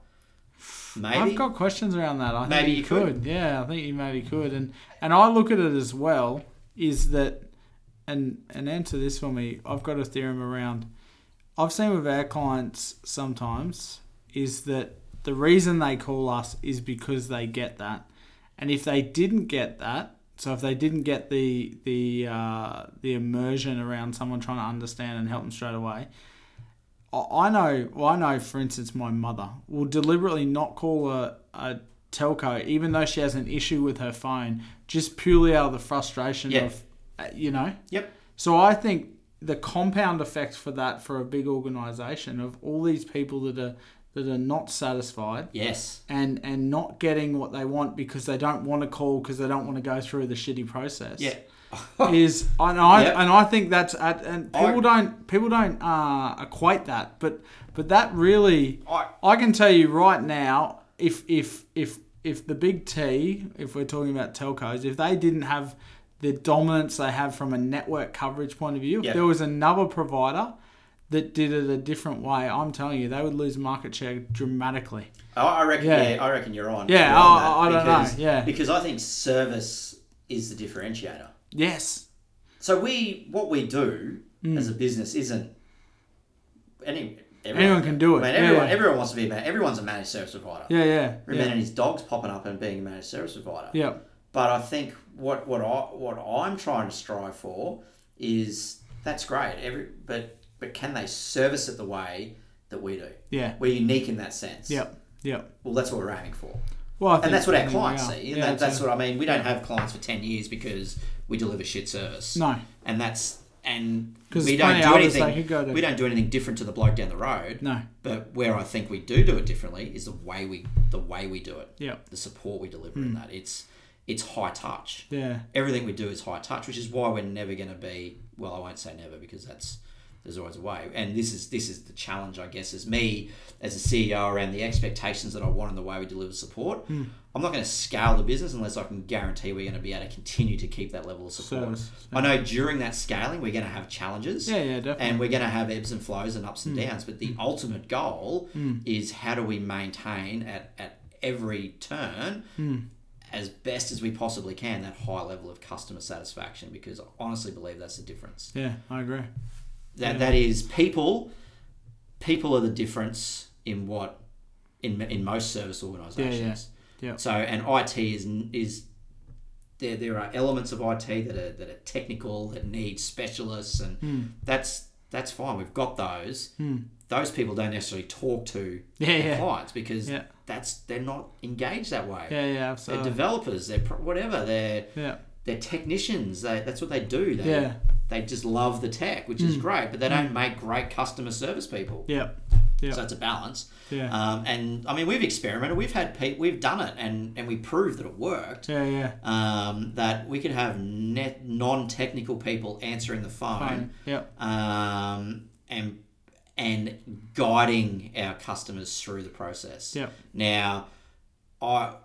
Speaker 1: Maybe.
Speaker 2: I've got questions around that. I think
Speaker 1: Maybe
Speaker 2: you
Speaker 1: you
Speaker 2: could.
Speaker 1: could.
Speaker 2: Yeah, I think you maybe could. And and I look at it as well is that and and answer this for me. I've got a theorem around. I've seen with our clients sometimes is that the reason they call us is because they get that, and if they didn't get that. So if they didn't get the the uh, the immersion around someone trying to understand and help them straight away, I I know, well, I know, for instance, my mother will deliberately not call a, a telco, even though she has an issue with her phone, just purely out of the frustration
Speaker 1: Yeah.
Speaker 2: of, uh, you know?
Speaker 1: Yep.
Speaker 2: So I think the compound effects for that for a big organization of all these people that are that are not satisfied
Speaker 1: Yes.
Speaker 2: and and not getting what they want because they don't want to call because they don't want to go through the shitty process
Speaker 1: Yeah.
Speaker 2: is and I
Speaker 1: Yep.
Speaker 2: and I think that's at, and
Speaker 1: I-
Speaker 2: people don't people don't uh, equate that, but but that really
Speaker 1: I-
Speaker 2: I can tell you right now if if if if the big T, if we're talking about telcos, if they didn't have the dominance they have from a network coverage point of view, if
Speaker 1: Yep.
Speaker 2: there was another provider that did it a different way, I'm telling you, they would lose market share dramatically.
Speaker 1: I, I reckon.
Speaker 2: Yeah.
Speaker 1: Yeah. I reckon you're on.
Speaker 2: Yeah,
Speaker 1: you're on
Speaker 2: I- I- I
Speaker 1: that
Speaker 2: don't know,
Speaker 1: because-
Speaker 2: yeah.
Speaker 1: Because I think service is the differentiator.
Speaker 2: Yes.
Speaker 1: So we, what we do
Speaker 2: Hmm.
Speaker 1: as a business isn't any. Everyone,
Speaker 2: Anyone can do it,
Speaker 1: I mean,
Speaker 2: yeah,
Speaker 1: everyone,
Speaker 2: yeah.
Speaker 1: everyone wants to be. a man- Everyone's a managed service provider.
Speaker 2: Yeah, yeah.
Speaker 1: Remember,
Speaker 2: Yeah.
Speaker 1: and his dog's popping up and being a managed service provider.
Speaker 2: Yeah.
Speaker 1: But I think what what I what I'm trying to strive for is that's great. Every but but can they service it the way that we do?
Speaker 2: Yeah.
Speaker 1: We're unique in that sense.
Speaker 2: Yeah. Yeah.
Speaker 1: Well, that's what we're aiming for,
Speaker 2: Well, I think
Speaker 1: and that's what
Speaker 2: I
Speaker 1: our
Speaker 2: think
Speaker 1: clients
Speaker 2: we are.
Speaker 1: see. And
Speaker 2: Yeah,
Speaker 1: that, that's
Speaker 2: it.
Speaker 1: what I mean. We don't have clients for ten years because we deliver shit service.
Speaker 2: No.
Speaker 1: And that's and
Speaker 2: 'Cause
Speaker 1: we
Speaker 2: it's
Speaker 1: don't
Speaker 2: funny,
Speaker 1: do
Speaker 2: others, they
Speaker 1: anything.
Speaker 2: could go to-
Speaker 1: We don't do anything different to the bloke down the road.
Speaker 2: No.
Speaker 1: But where I think we do do it differently is the way we the way we do it.
Speaker 2: Yeah. Hmm.
Speaker 1: The support we deliver in that it's it's high touch
Speaker 2: Yeah.
Speaker 1: everything we do is high touch, which is why we're never going to be. Well, I won't say never because that's there's always a way. And this is this is the challenge, I guess, is me as a CEO around the expectations that I want and the way we deliver support. I'm not going to scale the business unless I can guarantee we're going to be able to continue to keep that level of support.
Speaker 2: Service,
Speaker 1: I know during that scaling we're going to have challenges.
Speaker 2: Yeah, yeah, definitely. Mm.
Speaker 1: And we're going to have ebbs and flows and ups and downs, but the ultimate goal is how do we maintain at, at every turn
Speaker 2: Mm.
Speaker 1: as best as we possibly can that high level of customer satisfaction because I honestly believe that's the difference.
Speaker 2: Yeah, I agree.
Speaker 1: That that is people people are the difference in what in in most service organizations.
Speaker 2: Yeah.
Speaker 1: So and IT is is there there are elements of IT that are that are technical that need specialists and
Speaker 2: Hmm.
Speaker 1: that's that's fine. We've got those. Those people don't necessarily talk to
Speaker 2: Yeah,
Speaker 1: their
Speaker 2: Hmm. yeah.
Speaker 1: clients because
Speaker 2: Yeah.
Speaker 1: that's they're not engaged that way.
Speaker 2: Yeah, yeah,
Speaker 1: They're
Speaker 2: absolutely.
Speaker 1: developers. They're pro- whatever. They're
Speaker 2: Yeah,
Speaker 1: they're technicians. They that's what they do. They
Speaker 2: Yeah. Mm.
Speaker 1: they just love the tech, which is great, but they don't make great customer service people.
Speaker 2: yeah, yeah,
Speaker 1: So it's a balance.
Speaker 2: Yeah.
Speaker 1: Um, and I mean, we've experimented. We've had pe- we've done it, and and we proved that it worked.
Speaker 2: yeah, yeah.
Speaker 1: Um, that we could have net non-technical people answering the phone,
Speaker 2: Fine. Yeah,
Speaker 1: um, and and guiding our customers through the process.
Speaker 2: yeah,
Speaker 1: Now, I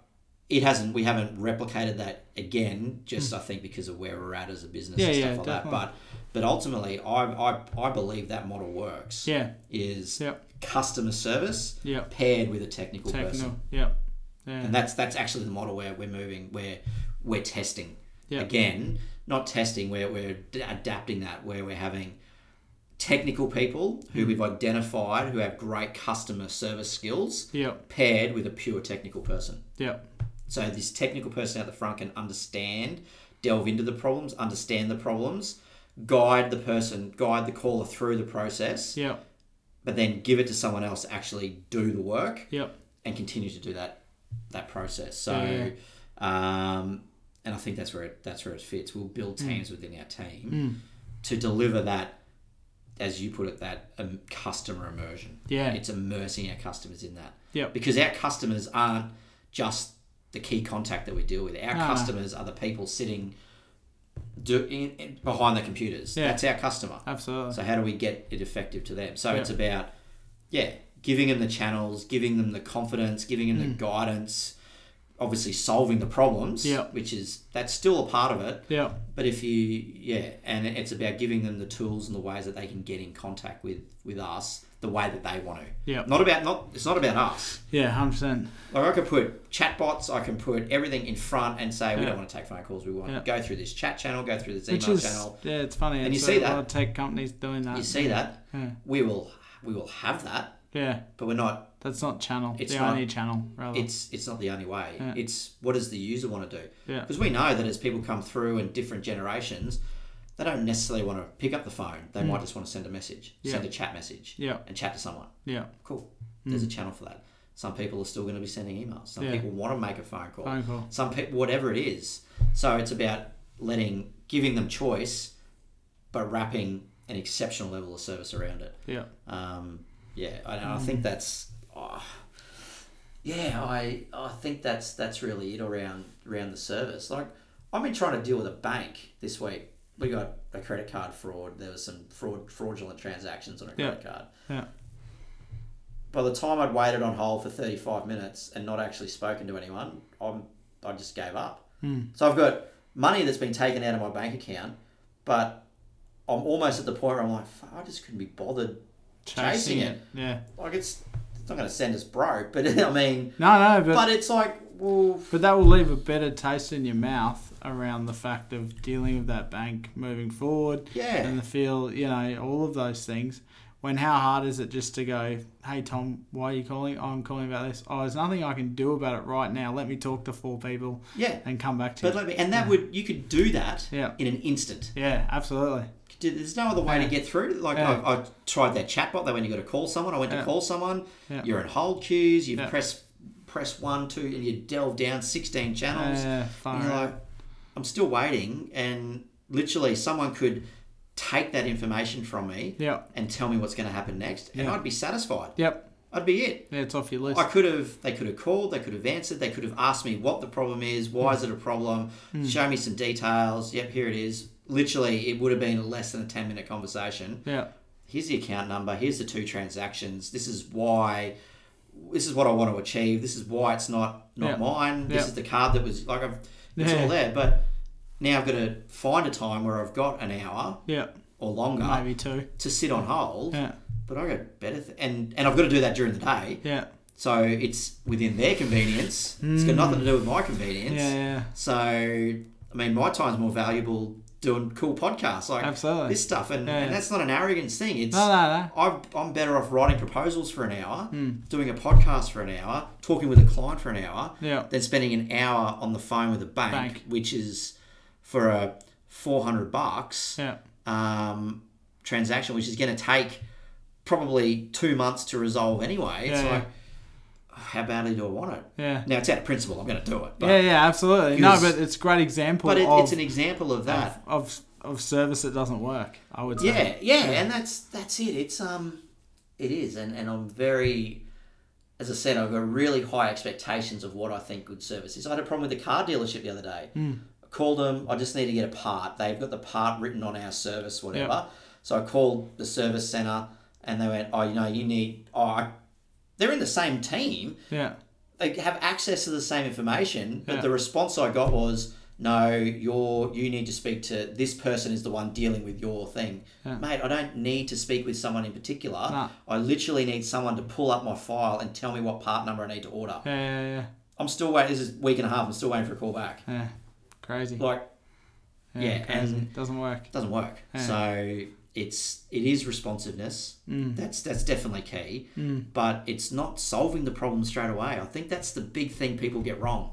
Speaker 1: it hasn't we haven't replicated that again. Just I think because of where we're at as a business
Speaker 2: Hmm. Yeah,
Speaker 1: and
Speaker 2: yeah,
Speaker 1: stuff like
Speaker 2: definitely.
Speaker 1: that. But but ultimately, I I, I believe that model works.
Speaker 2: yeah,
Speaker 1: Is
Speaker 2: yeah,
Speaker 1: customer service
Speaker 2: yeah.
Speaker 1: paired with a technical, person,
Speaker 2: Techno. Yeah, yeah,
Speaker 1: and that's that's actually the model where we're moving. Where we're testing
Speaker 2: Yeah.
Speaker 1: again, not testing. Where we're d- adapting that. Where we're having technical people
Speaker 2: Hmm.
Speaker 1: who we've identified who have great customer service skills
Speaker 2: yeah,
Speaker 1: paired with a pure technical person.
Speaker 2: yeah,
Speaker 1: So this technical person out the front can understand, delve into the problems, understand the problems, guide the person, guide the caller through the process,
Speaker 2: yeah,
Speaker 1: but then give it to someone else to actually do the work
Speaker 2: yeah.
Speaker 1: and continue to do that that process. So,
Speaker 2: Yeah.
Speaker 1: um, and I think that's where it, that's where it fits. We'll build
Speaker 2: Mm.
Speaker 1: teams within our team to deliver that, as you put it, that um, customer immersion.
Speaker 2: Yeah.
Speaker 1: it's immersing our customers in that.
Speaker 2: Yep.
Speaker 1: because our customers aren't just the key contact that we deal with.
Speaker 2: Ah.
Speaker 1: Our customers are the people sitting. Do, in, in- behind the computers.
Speaker 2: Yeah.
Speaker 1: That's our customer.
Speaker 2: Absolutely.
Speaker 1: So how do we get it effective to them? So it's about yeah, giving them the channels, giving them the confidence, giving them
Speaker 2: Mm.
Speaker 1: the guidance, obviously solving the problems,
Speaker 2: Yeah.
Speaker 1: which is that's still a part of it.
Speaker 2: yeah.
Speaker 1: But if you yeah, and it's about giving them the tools and the ways that they can get in contact with with us the way that they want to.
Speaker 2: Yeah.
Speaker 1: Not about not it's not about us.
Speaker 2: Yeah. Hundred percent.
Speaker 1: Like I could put chatbots, I can put everything in front and say we
Speaker 2: Yeah.
Speaker 1: don't want to take phone calls. We want
Speaker 2: Yeah.
Speaker 1: to go through this chat channel, go through this
Speaker 2: Which
Speaker 1: email
Speaker 2: is
Speaker 1: channel.
Speaker 2: yeah, it's funny.
Speaker 1: And you
Speaker 2: it's
Speaker 1: see
Speaker 2: a
Speaker 1: that.
Speaker 2: lot of tech companies doing that.
Speaker 1: You see that
Speaker 2: Yeah.
Speaker 1: we will we will have that,
Speaker 2: Yeah.
Speaker 1: but we're not
Speaker 2: That's not channel.
Speaker 1: It's
Speaker 2: the
Speaker 1: not-
Speaker 2: only channel, rather.
Speaker 1: it's it's not the only way.
Speaker 2: Oh. Yeah.
Speaker 1: It's what does the user want to do?
Speaker 2: Yeah.
Speaker 1: Because we know that as people come through and different generations, they don't necessarily want to pick up the phone. They might just want to send a message,
Speaker 2: Mm. Yeah.
Speaker 1: send a chat message,
Speaker 2: Yeah.
Speaker 1: and chat to someone.
Speaker 2: Yeah.
Speaker 1: Cool. There's a channel for that. Some people are still going to be sending emails. Some
Speaker 2: Yeah.
Speaker 1: people want to make a phone call.
Speaker 2: Phone call.
Speaker 1: Some people, whatever it is. So it's about letting, giving them choice, but wrapping an exceptional level of service around it.
Speaker 2: Yeah.
Speaker 1: Um, yeah, I, I think that's. oh, yeah, I I think that's that's really it around around the service. Like I've been trying to deal with a bank this week. We got a credit card fraud. There was some fraud fraudulent transactions on a credit card.
Speaker 2: Yeah.
Speaker 1: By the time I'd waited on hold for thirty five minutes and not actually spoken to anyone, I'm I just gave up. So I've got money that's been taken out of my bank account, but I'm almost at the point where I'm like, "Fuck, I just couldn't be bothered Chasing it.
Speaker 2: Yeah.
Speaker 1: like it's it's not going to send us broke, but I mean,
Speaker 2: No, no, but,
Speaker 1: but
Speaker 2: but
Speaker 1: it's like, well,
Speaker 2: that will leave a better taste in your mouth around the fact of dealing with that bank moving forward.
Speaker 1: Yeah.
Speaker 2: And the feel, you know, all of those things. When how hard is it just to go, hey Tom, why are you calling? Oh, I'm calling about this. Oh, there's nothing I can do about it right now. Let me talk to four people
Speaker 1: yeah.
Speaker 2: and come back to
Speaker 1: But
Speaker 2: you.
Speaker 1: let me, and that would you could do that
Speaker 2: Yeah.
Speaker 1: in an instant.
Speaker 2: yeah, absolutely.
Speaker 1: There's no other way to
Speaker 2: Yeah.
Speaker 1: get through. Like
Speaker 2: Yeah.
Speaker 1: I, I tried that chatbot. That when you got to call someone, I went
Speaker 2: Yeah.
Speaker 1: to call someone.
Speaker 2: Yeah.
Speaker 1: You're in hold queues. You
Speaker 2: Yeah.
Speaker 1: press press one, two, and you delve down sixteen channels.
Speaker 2: Yeah,
Speaker 1: and
Speaker 2: far
Speaker 1: you're
Speaker 2: out.
Speaker 1: like, I'm still waiting, and literally someone could take that information from me
Speaker 2: Yeah.
Speaker 1: and tell me what's going to happen next, and
Speaker 2: Yeah.
Speaker 1: I'd be satisfied.
Speaker 2: Yep.
Speaker 1: I'd be it.
Speaker 2: Yeah, it's off your list.
Speaker 1: I could have. They could have called. They could have answered. They could have asked me what the problem is. Why
Speaker 2: Hmm.
Speaker 1: is it a problem? Show me some details. Yep, here it is. Literally, it would have been less than a ten minute conversation.
Speaker 2: Yeah.
Speaker 1: Here's the account number. Here's the two transactions. This is why. This is what I want to achieve. This is why it's not not
Speaker 2: Yeah.
Speaker 1: mine. This
Speaker 2: Yeah.
Speaker 1: is the card that was like I've. It's
Speaker 2: Yeah.
Speaker 1: all there, but now I've got to find a time where I've got an hour
Speaker 2: Yeah.
Speaker 1: or longer
Speaker 2: Maybe two.
Speaker 1: to sit on hold.
Speaker 2: Yeah.
Speaker 1: But I got better, th- and and I've got to do that during the day.
Speaker 2: Yeah.
Speaker 1: So it's within their convenience. It's got nothing to do with my convenience.
Speaker 2: Hmm. Yeah, yeah.
Speaker 1: So I mean, my time's more valuable doing cool podcasts like
Speaker 2: Absolutely.
Speaker 1: this stuff, and,
Speaker 2: Yeah.
Speaker 1: and that's not an arrogance thing. It's
Speaker 2: No, no, Hmm. no.
Speaker 1: I've, I'm better off writing proposals for an hour, doing a podcast for an hour, talking with a client for an hour,
Speaker 2: Yeah.
Speaker 1: than spending an hour on the phone with a bank,
Speaker 2: Bank.
Speaker 1: which is for a four hundred bucks
Speaker 2: Yeah.
Speaker 1: um, transaction, which is going to take probably two months to resolve anyway. It's
Speaker 2: Yeah,
Speaker 1: like, how badly do I want it?
Speaker 2: Yeah.
Speaker 1: Now it's out of principle. I'm going to do it. But,
Speaker 2: yeah, yeah, absolutely. No,
Speaker 1: Because-
Speaker 2: but it's a great example
Speaker 1: but it,
Speaker 2: of,
Speaker 1: it's an example of that.
Speaker 2: of of service that doesn't work. I would say.
Speaker 1: Yeah, yeah, and that's that's it. It's um, it is, and and I'm very, as I said, I've got really high expectations of what I think good service is. I had a problem with a car dealership the other day.
Speaker 2: Hmm.
Speaker 1: I called them. I just need to get a part. They've got the part written on our service, whatever. So I called the service center, and they went, "Oh, you know, you need." Oh, I- they're in the same team.
Speaker 2: Yeah.
Speaker 1: They have access to the same information, but
Speaker 2: Yeah.
Speaker 1: the response I got was. No, you're you need to speak to this person is the one dealing with your thing. Mate, I don't need to speak with someone in particular.
Speaker 2: Nah.
Speaker 1: I literally need someone to pull up my file and tell me what part number I need to order.
Speaker 2: Yeah. Yeah. Yeah.
Speaker 1: I'm still waiting this is a week and a half, I'm still waiting for a call back.
Speaker 2: yeah. Crazy.
Speaker 1: Like yeah,
Speaker 2: crazy.
Speaker 1: and-
Speaker 2: doesn't work.
Speaker 1: doesn't work. So it's it is responsiveness.
Speaker 2: Mm.
Speaker 1: That's that's definitely key. But it's not solving the problem straight away. I think that's the big thing people get wrong.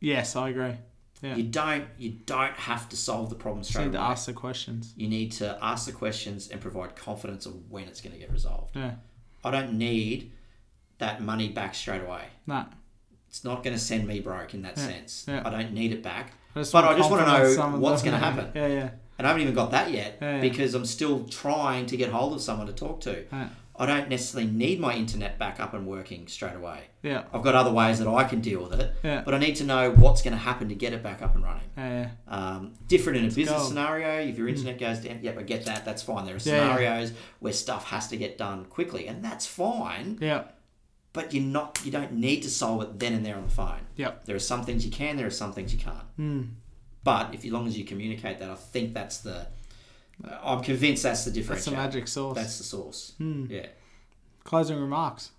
Speaker 2: Yes, I agree. Yeah.
Speaker 1: You don't you don't have to solve the problem
Speaker 2: Just
Speaker 1: straight
Speaker 2: need
Speaker 1: away.
Speaker 2: to ask the questions.
Speaker 1: You need to ask the questions and provide confidence of when it's going to get resolved.
Speaker 2: Yeah.
Speaker 1: I don't need that money back straight away.
Speaker 2: No.
Speaker 1: it's not going to send me broke in that
Speaker 2: Yeah,
Speaker 1: sense.
Speaker 2: yeah.
Speaker 1: I don't need it back.
Speaker 2: just
Speaker 1: But
Speaker 2: wanna
Speaker 1: I just wanna
Speaker 2: compliment
Speaker 1: know
Speaker 2: some of
Speaker 1: what's
Speaker 2: the-
Speaker 1: gonna happen.
Speaker 2: Yeah, yeah.
Speaker 1: And I haven't even got that yet
Speaker 2: Yeah, yeah.
Speaker 1: because I'm still trying to get hold of someone to talk to.
Speaker 2: Yeah.
Speaker 1: I don't necessarily need my internet back up and working straight away.
Speaker 2: Yeah.
Speaker 1: I've got other ways that I can deal with it,
Speaker 2: Yeah.
Speaker 1: but I need to know what's going to happen to get it back up and running.
Speaker 2: Yeah.
Speaker 1: Um, different in a business
Speaker 2: go. Hmm.
Speaker 1: scenario, if your internet goes down, yep, I get that, that's fine. There are
Speaker 2: Yeah, yeah.
Speaker 1: scenarios where stuff has to get done quickly, and that's fine,
Speaker 2: Yeah.
Speaker 1: but you're not, you don't need to solve it then and there on the phone.
Speaker 2: Yeah.
Speaker 1: There are some things you can, there are some things you can't.
Speaker 2: Hmm.
Speaker 1: But if, as long as you communicate that, I think that's the, uh, I'm convinced that's the
Speaker 2: That's the
Speaker 1: differentiator.
Speaker 2: magic Hmm. sauce.
Speaker 1: That's the source. Yeah.
Speaker 2: Closing remarks.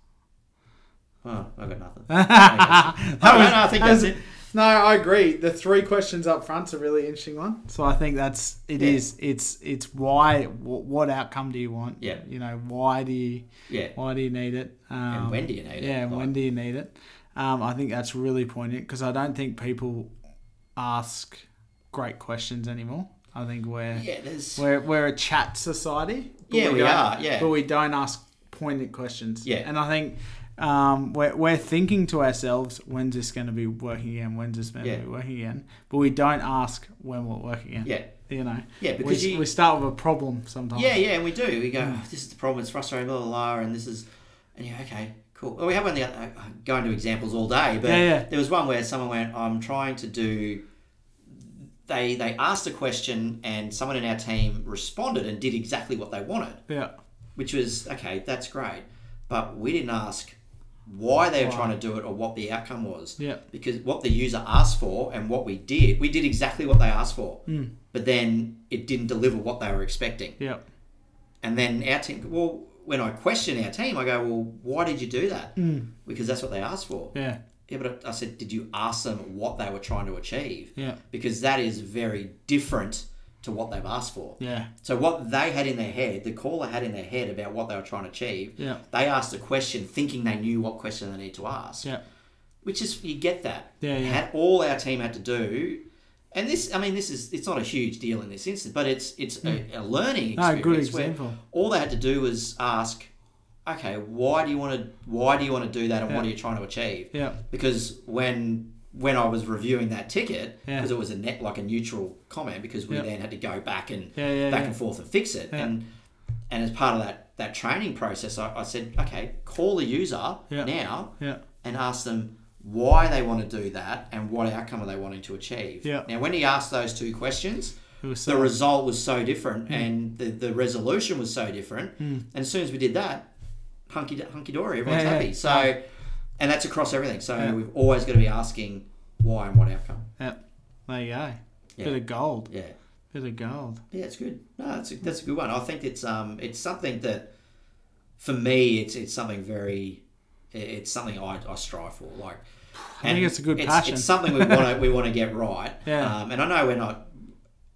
Speaker 1: Well, Oh, I got nothing. I, don't know, I think that's it.
Speaker 2: No, I agree. The three questions up front's a really interesting one. So I think that's it
Speaker 1: Yeah.
Speaker 2: is. It's it's why wh- what outcome do you want?
Speaker 1: Yeah.
Speaker 2: You know why do you
Speaker 1: Yeah.
Speaker 2: why do you need it? Um,
Speaker 1: And when do you need it?
Speaker 2: Yeah, and
Speaker 1: Like-
Speaker 2: when do you need it? Um, I think that's really poignant because I don't think people ask great questions anymore. I think we're
Speaker 1: Yeah, there's.
Speaker 2: we're, we're a chat society. but
Speaker 1: Yeah, we
Speaker 2: don't-
Speaker 1: are, yeah.
Speaker 2: but we don't ask poignant questions.
Speaker 1: Yeah.
Speaker 2: and I think um, we're we're thinking to ourselves, when's this going to be working again? When's this going to
Speaker 1: Yeah.
Speaker 2: be working again? But we don't ask when will it work again.
Speaker 1: Yeah.
Speaker 2: you know.
Speaker 1: Yeah,
Speaker 2: We-
Speaker 1: because
Speaker 2: we,
Speaker 1: you-
Speaker 2: start with a problem sometimes.
Speaker 1: Yeah, yeah, and we do. We go, "Oh, this is the problem. It's frustrating, blah, blah, blah, and this is, and you're okay, cool. Well, we have one the other, I- I go into examples all day, but
Speaker 2: Yeah, yeah.
Speaker 1: there was one where someone went, I'm trying to do. They they asked a question and someone in our team responded and did exactly what they wanted,
Speaker 2: yeah,
Speaker 1: which was okay. That's great, but we didn't ask why they were trying to do it or what the outcome was.
Speaker 2: Yeah.
Speaker 1: Because what the user asked for and what we did, we did exactly what they asked for,
Speaker 2: Hmm.
Speaker 1: but then it didn't deliver what they were expecting.
Speaker 2: yeah,
Speaker 1: And then our team, well, when I question our team, I go, well, why did you do that? Mm. Because that's what they asked for.
Speaker 2: Hmm. yeah,
Speaker 1: Yeah, but I I said, did you ask them what they were trying to achieve?
Speaker 2: Yeah.
Speaker 1: Because that is very different to what they've asked for.
Speaker 2: yeah,
Speaker 1: So what they had in their head, the caller had in their head about what they were trying to achieve,
Speaker 2: Yeah.
Speaker 1: they asked a question thinking they knew what question they need to ask
Speaker 2: yeah,
Speaker 1: which is you get that.
Speaker 2: Yeah, yeah.
Speaker 1: Had all our team had to do, and this, I mean, this is it's not a huge deal in this instance, but it's it's a, a learning
Speaker 2: Hmm. No,
Speaker 1: experience.
Speaker 2: good
Speaker 1: where
Speaker 2: example.
Speaker 1: All they had to do was ask, okay, why do you want to why do you want to do that, and what are
Speaker 2: Yeah.
Speaker 1: you trying to achieve?
Speaker 2: yeah,
Speaker 1: Because when when I was reviewing that ticket,
Speaker 2: Yeah.
Speaker 1: because it was a net like a neutral comment, because we
Speaker 2: Yeah.
Speaker 1: then had to go back and
Speaker 2: Yeah, yeah,
Speaker 1: back
Speaker 2: yeah.
Speaker 1: and forth and fix it,
Speaker 2: Yeah.
Speaker 1: and and as part of that that training process, I, I said, okay, call the user
Speaker 2: Yeah.
Speaker 1: now
Speaker 2: yeah,
Speaker 1: and ask them why they want to do that and what outcome are they wanting to achieve.
Speaker 2: Yeah.
Speaker 1: Now, when he asked those two questions,
Speaker 2: It was
Speaker 1: the
Speaker 2: so- Hmm.
Speaker 1: result was so different and the, the resolution was so different. And as soon as we did that, hunky hunky dory, everyone's
Speaker 2: Yeah, yeah,
Speaker 1: happy. So, and that's across everything. So
Speaker 2: Yeah.
Speaker 1: we've always got to be asking why and what outcome.
Speaker 2: yeah. There you go.
Speaker 1: Yeah.
Speaker 2: Bit of gold.
Speaker 1: Yeah.
Speaker 2: Bit of gold.
Speaker 1: Yeah, it's good. No, that's a, that's a good one. I think it's um it's something that for me it's it's something very it- it's something I, I strive for. Like
Speaker 2: I think it's a good
Speaker 1: it's,
Speaker 2: passion.
Speaker 1: It's something we want to we want to get right.
Speaker 2: Yeah.
Speaker 1: Um, and I know we're not.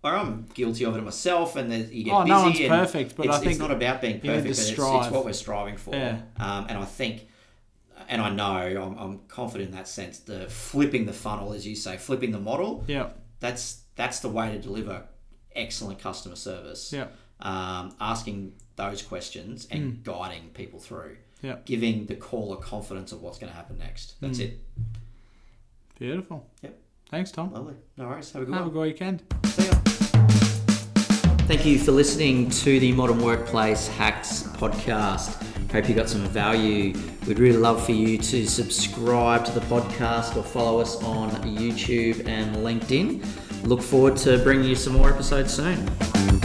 Speaker 1: Or I'm guilty of it myself, and there's- you get
Speaker 2: Oh,
Speaker 1: busy.
Speaker 2: no one's
Speaker 1: and
Speaker 2: perfect, but
Speaker 1: it's,
Speaker 2: I think
Speaker 1: it's not about being
Speaker 2: you need to
Speaker 1: perfect. But it's, it's
Speaker 2: strive.
Speaker 1: what we're striving for.
Speaker 2: Yeah.
Speaker 1: Um, and I think, and I know, I'm, I'm confident in that sense. The flipping the funnel, as you say, flipping the model
Speaker 2: Yeah,
Speaker 1: that's that's the way to deliver excellent customer service.
Speaker 2: yeah,
Speaker 1: Um, asking those questions and guiding people through,
Speaker 2: yeah.
Speaker 1: giving the caller confidence of what's going to happen next. That's it.
Speaker 2: Beautiful.
Speaker 1: Yep.
Speaker 2: Thanks, Tom.
Speaker 1: Lovely. No worries. Have a good
Speaker 2: Have a
Speaker 1: one.
Speaker 2: good weekend.
Speaker 1: See ya.
Speaker 3: Thank you for listening to the Modern Workplace Hacks podcast. Hope you got some value. We'd really love for you to subscribe to the podcast or follow us on YouTube and LinkedIn. Look forward to bringing you some more episodes soon.